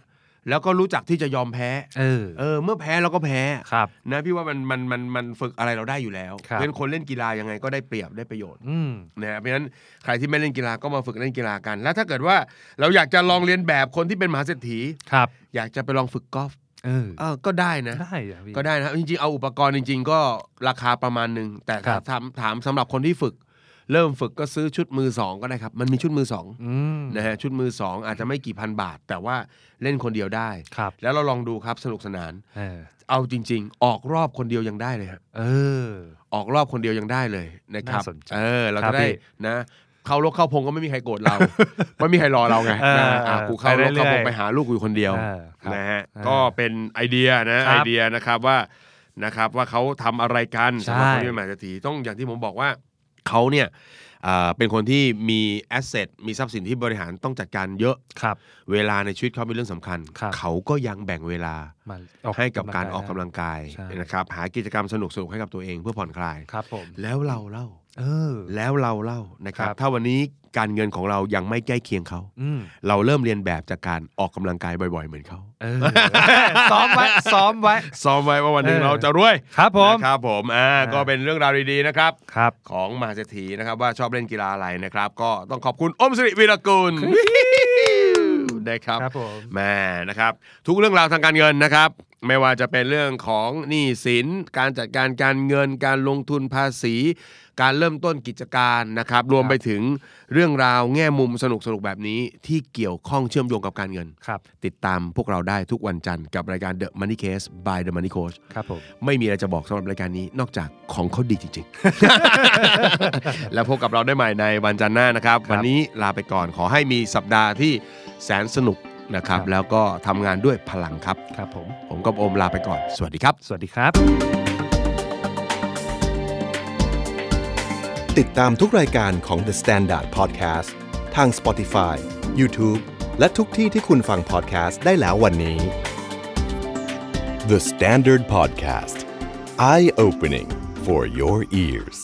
Speaker 3: แล้วก็รู้จักที่จะยอมแพ้
Speaker 2: เออ
Speaker 3: เออ เมื่อแพ้เราก็แพ้
Speaker 2: ครับ
Speaker 3: นะพี่ว่ามันมันมันมันฝึกอะไรเราได้อยู่แล้ว
Speaker 2: ครับ
Speaker 3: เป็นคนเล่นกีฬายังไงก็ได้เปรียบได้ประโยชน์
Speaker 2: อืม
Speaker 3: นะฮะเพราะฉะนั้นใครที่ไม่เล่นกีฬาก็มาฝึกเล่นกีฬากัน แล้วถ้าเกิดว่าเราอยากจะลองเรียนแบบคนที่เป็นมหาเศรษฐี
Speaker 2: ครับ
Speaker 3: อยากจะไปลองฝึกกอล์ฟ
Speaker 2: เออ
Speaker 3: เออก็ได้นะ
Speaker 2: ได้อะพี่
Speaker 3: ก็ได้นะครับจริงๆ เอาอุปกรณ์จริง ๆ ก็ราคาประมาณหนึ่งแต่
Speaker 2: ครับ
Speaker 3: ถ้าถามถามสำหรับคนที่ฝึก เริ่มฝึกก็ซื้อชุดมือสองก็ได้ครับ มันมีชุดมือสอง
Speaker 2: อืม
Speaker 3: นะฮะชุดมือสองอาจจะไม่กี่พันบาท แต่ว่าเล่นคนเดียวได้
Speaker 2: ครับ
Speaker 3: แล้วเราลองดูครับสนุกสนาน
Speaker 2: เออ
Speaker 3: เอาจริง ๆ ออกรอบคนเดียวยังได้เลยฮะ
Speaker 2: เออ
Speaker 3: ออกรอบคนเดียวยังได้เลยนะครับ
Speaker 2: น่าสนใจ
Speaker 3: เออเรา
Speaker 2: ครั
Speaker 3: จะ
Speaker 2: บ
Speaker 3: ได้
Speaker 2: พี่
Speaker 3: นะเข้ารกเข้าพงก็ไม่มีใครโกรธเรา ไม่มีใครรอเราไง
Speaker 2: เออ
Speaker 3: นะอ่ะกูเข้า
Speaker 2: ไป
Speaker 3: ร
Speaker 2: เรื่
Speaker 3: ก
Speaker 2: อยๆ
Speaker 3: เข้าพงไปหาลูกกูอยู่คนเดียว
Speaker 2: เออครับ
Speaker 3: นะฮะ
Speaker 2: เออ
Speaker 3: ก็เป็นไอเดียนะครับ ไอเดียนะครับว่านะครับว่าเขาทำอะไรกัน
Speaker 2: ใช่
Speaker 3: สำหรับคนที่เป็นมหาเศรษฐีต้องอย่างที่ผมบอกว่าเขาเนี่ยอ่าเป็นคนที่มีแอสเซทมีทรัพย์สินที่บริหารต้องจัดการเยอะ
Speaker 2: ครับ
Speaker 3: เวลาในชีวิตเขาเป็นเรื่องสำคัญ
Speaker 2: ครับ
Speaker 3: เขาก็ยังแบ่งเวลา
Speaker 2: มา
Speaker 3: ให้กับการ
Speaker 2: ย
Speaker 3: ออกกำ
Speaker 2: ได้
Speaker 3: ลังกาย
Speaker 2: ใช่
Speaker 3: นะครับหากิจกรรมสนุกสนุกๆให้กับตัวเองเพื่อผ่อนคลาย
Speaker 2: ครับผม
Speaker 3: แล้วเราเล่า
Speaker 2: เออ
Speaker 3: แล้วเราเล่านะครับ
Speaker 2: ครับ
Speaker 3: ถ้าวันนี้การเงินของเรายังไม่ใกล้เคียงเขา
Speaker 2: อืม
Speaker 3: เราเริ่มเรียนแบบจากการออกกำลังกายบ่อยๆ เหมือนเขา
Speaker 2: เอ อ ซ้อมไว้ ซ้อมไว้
Speaker 3: ซ้อมไว้ว่าวันหนึ่ง
Speaker 2: เออ
Speaker 3: เราจะรวย
Speaker 2: ครับผม
Speaker 3: นะครับผมอ่า
Speaker 2: อ่า
Speaker 3: ก็เป็นเรื่องราวดีๆนะครับ
Speaker 2: ครับ
Speaker 3: ของมหาเศรษฐีนะครับว่าชอบเล่นกีฬาอะไรนะครับ ก็ต้องขอบคุณอมสิริวีรกุลนะครับ
Speaker 2: ครับผม
Speaker 3: แม่นะครับทุกเรื่องราวทางการเงินนะครับ ไม่ว่าจะเป็นเรื่องของหนี้สิน การจัดการการเงิน การลงทุนภาษี การเริ่มต้นกิจการนะครับ รวมไปถึงเรื่องราวแง่มุมสนุกสนุกๆแบบนี้ที่เกี่ยวข้องเชื่อมโยงกับการเงิน
Speaker 2: ครับ
Speaker 3: ติดตามพวกเราได้ทุกวันจันทร์กับรายการ The Money Case by The Money Coach
Speaker 2: ครับผม
Speaker 3: ไม่มีอะไรจะบอกสำหรับรายการนี้นอกจากของเขาดีจริงๆ แล้วพบกับเราได้ใหม่ในวันจันทร์หน้านะครับ
Speaker 2: ครับ
Speaker 3: วันนี้ลาไปก่อนขอให้มีสัปดาห์ที่แสนสนุกนะครับ
Speaker 2: ครับ
Speaker 3: แล้วก็ทำงานด้วยพลังครับ
Speaker 2: ครับผม
Speaker 3: ผมกับโอมลาไปก่อน สวัสดีครับ
Speaker 2: สวัสดีครับ
Speaker 1: ติดตามทุกรายการของ The Standard Podcast ทาง Spotify, YouTube และทุกที่ที่คุณฟัง podcast ได้แล้ววันนี้ The Standard Podcast Eye Opening for Your Ears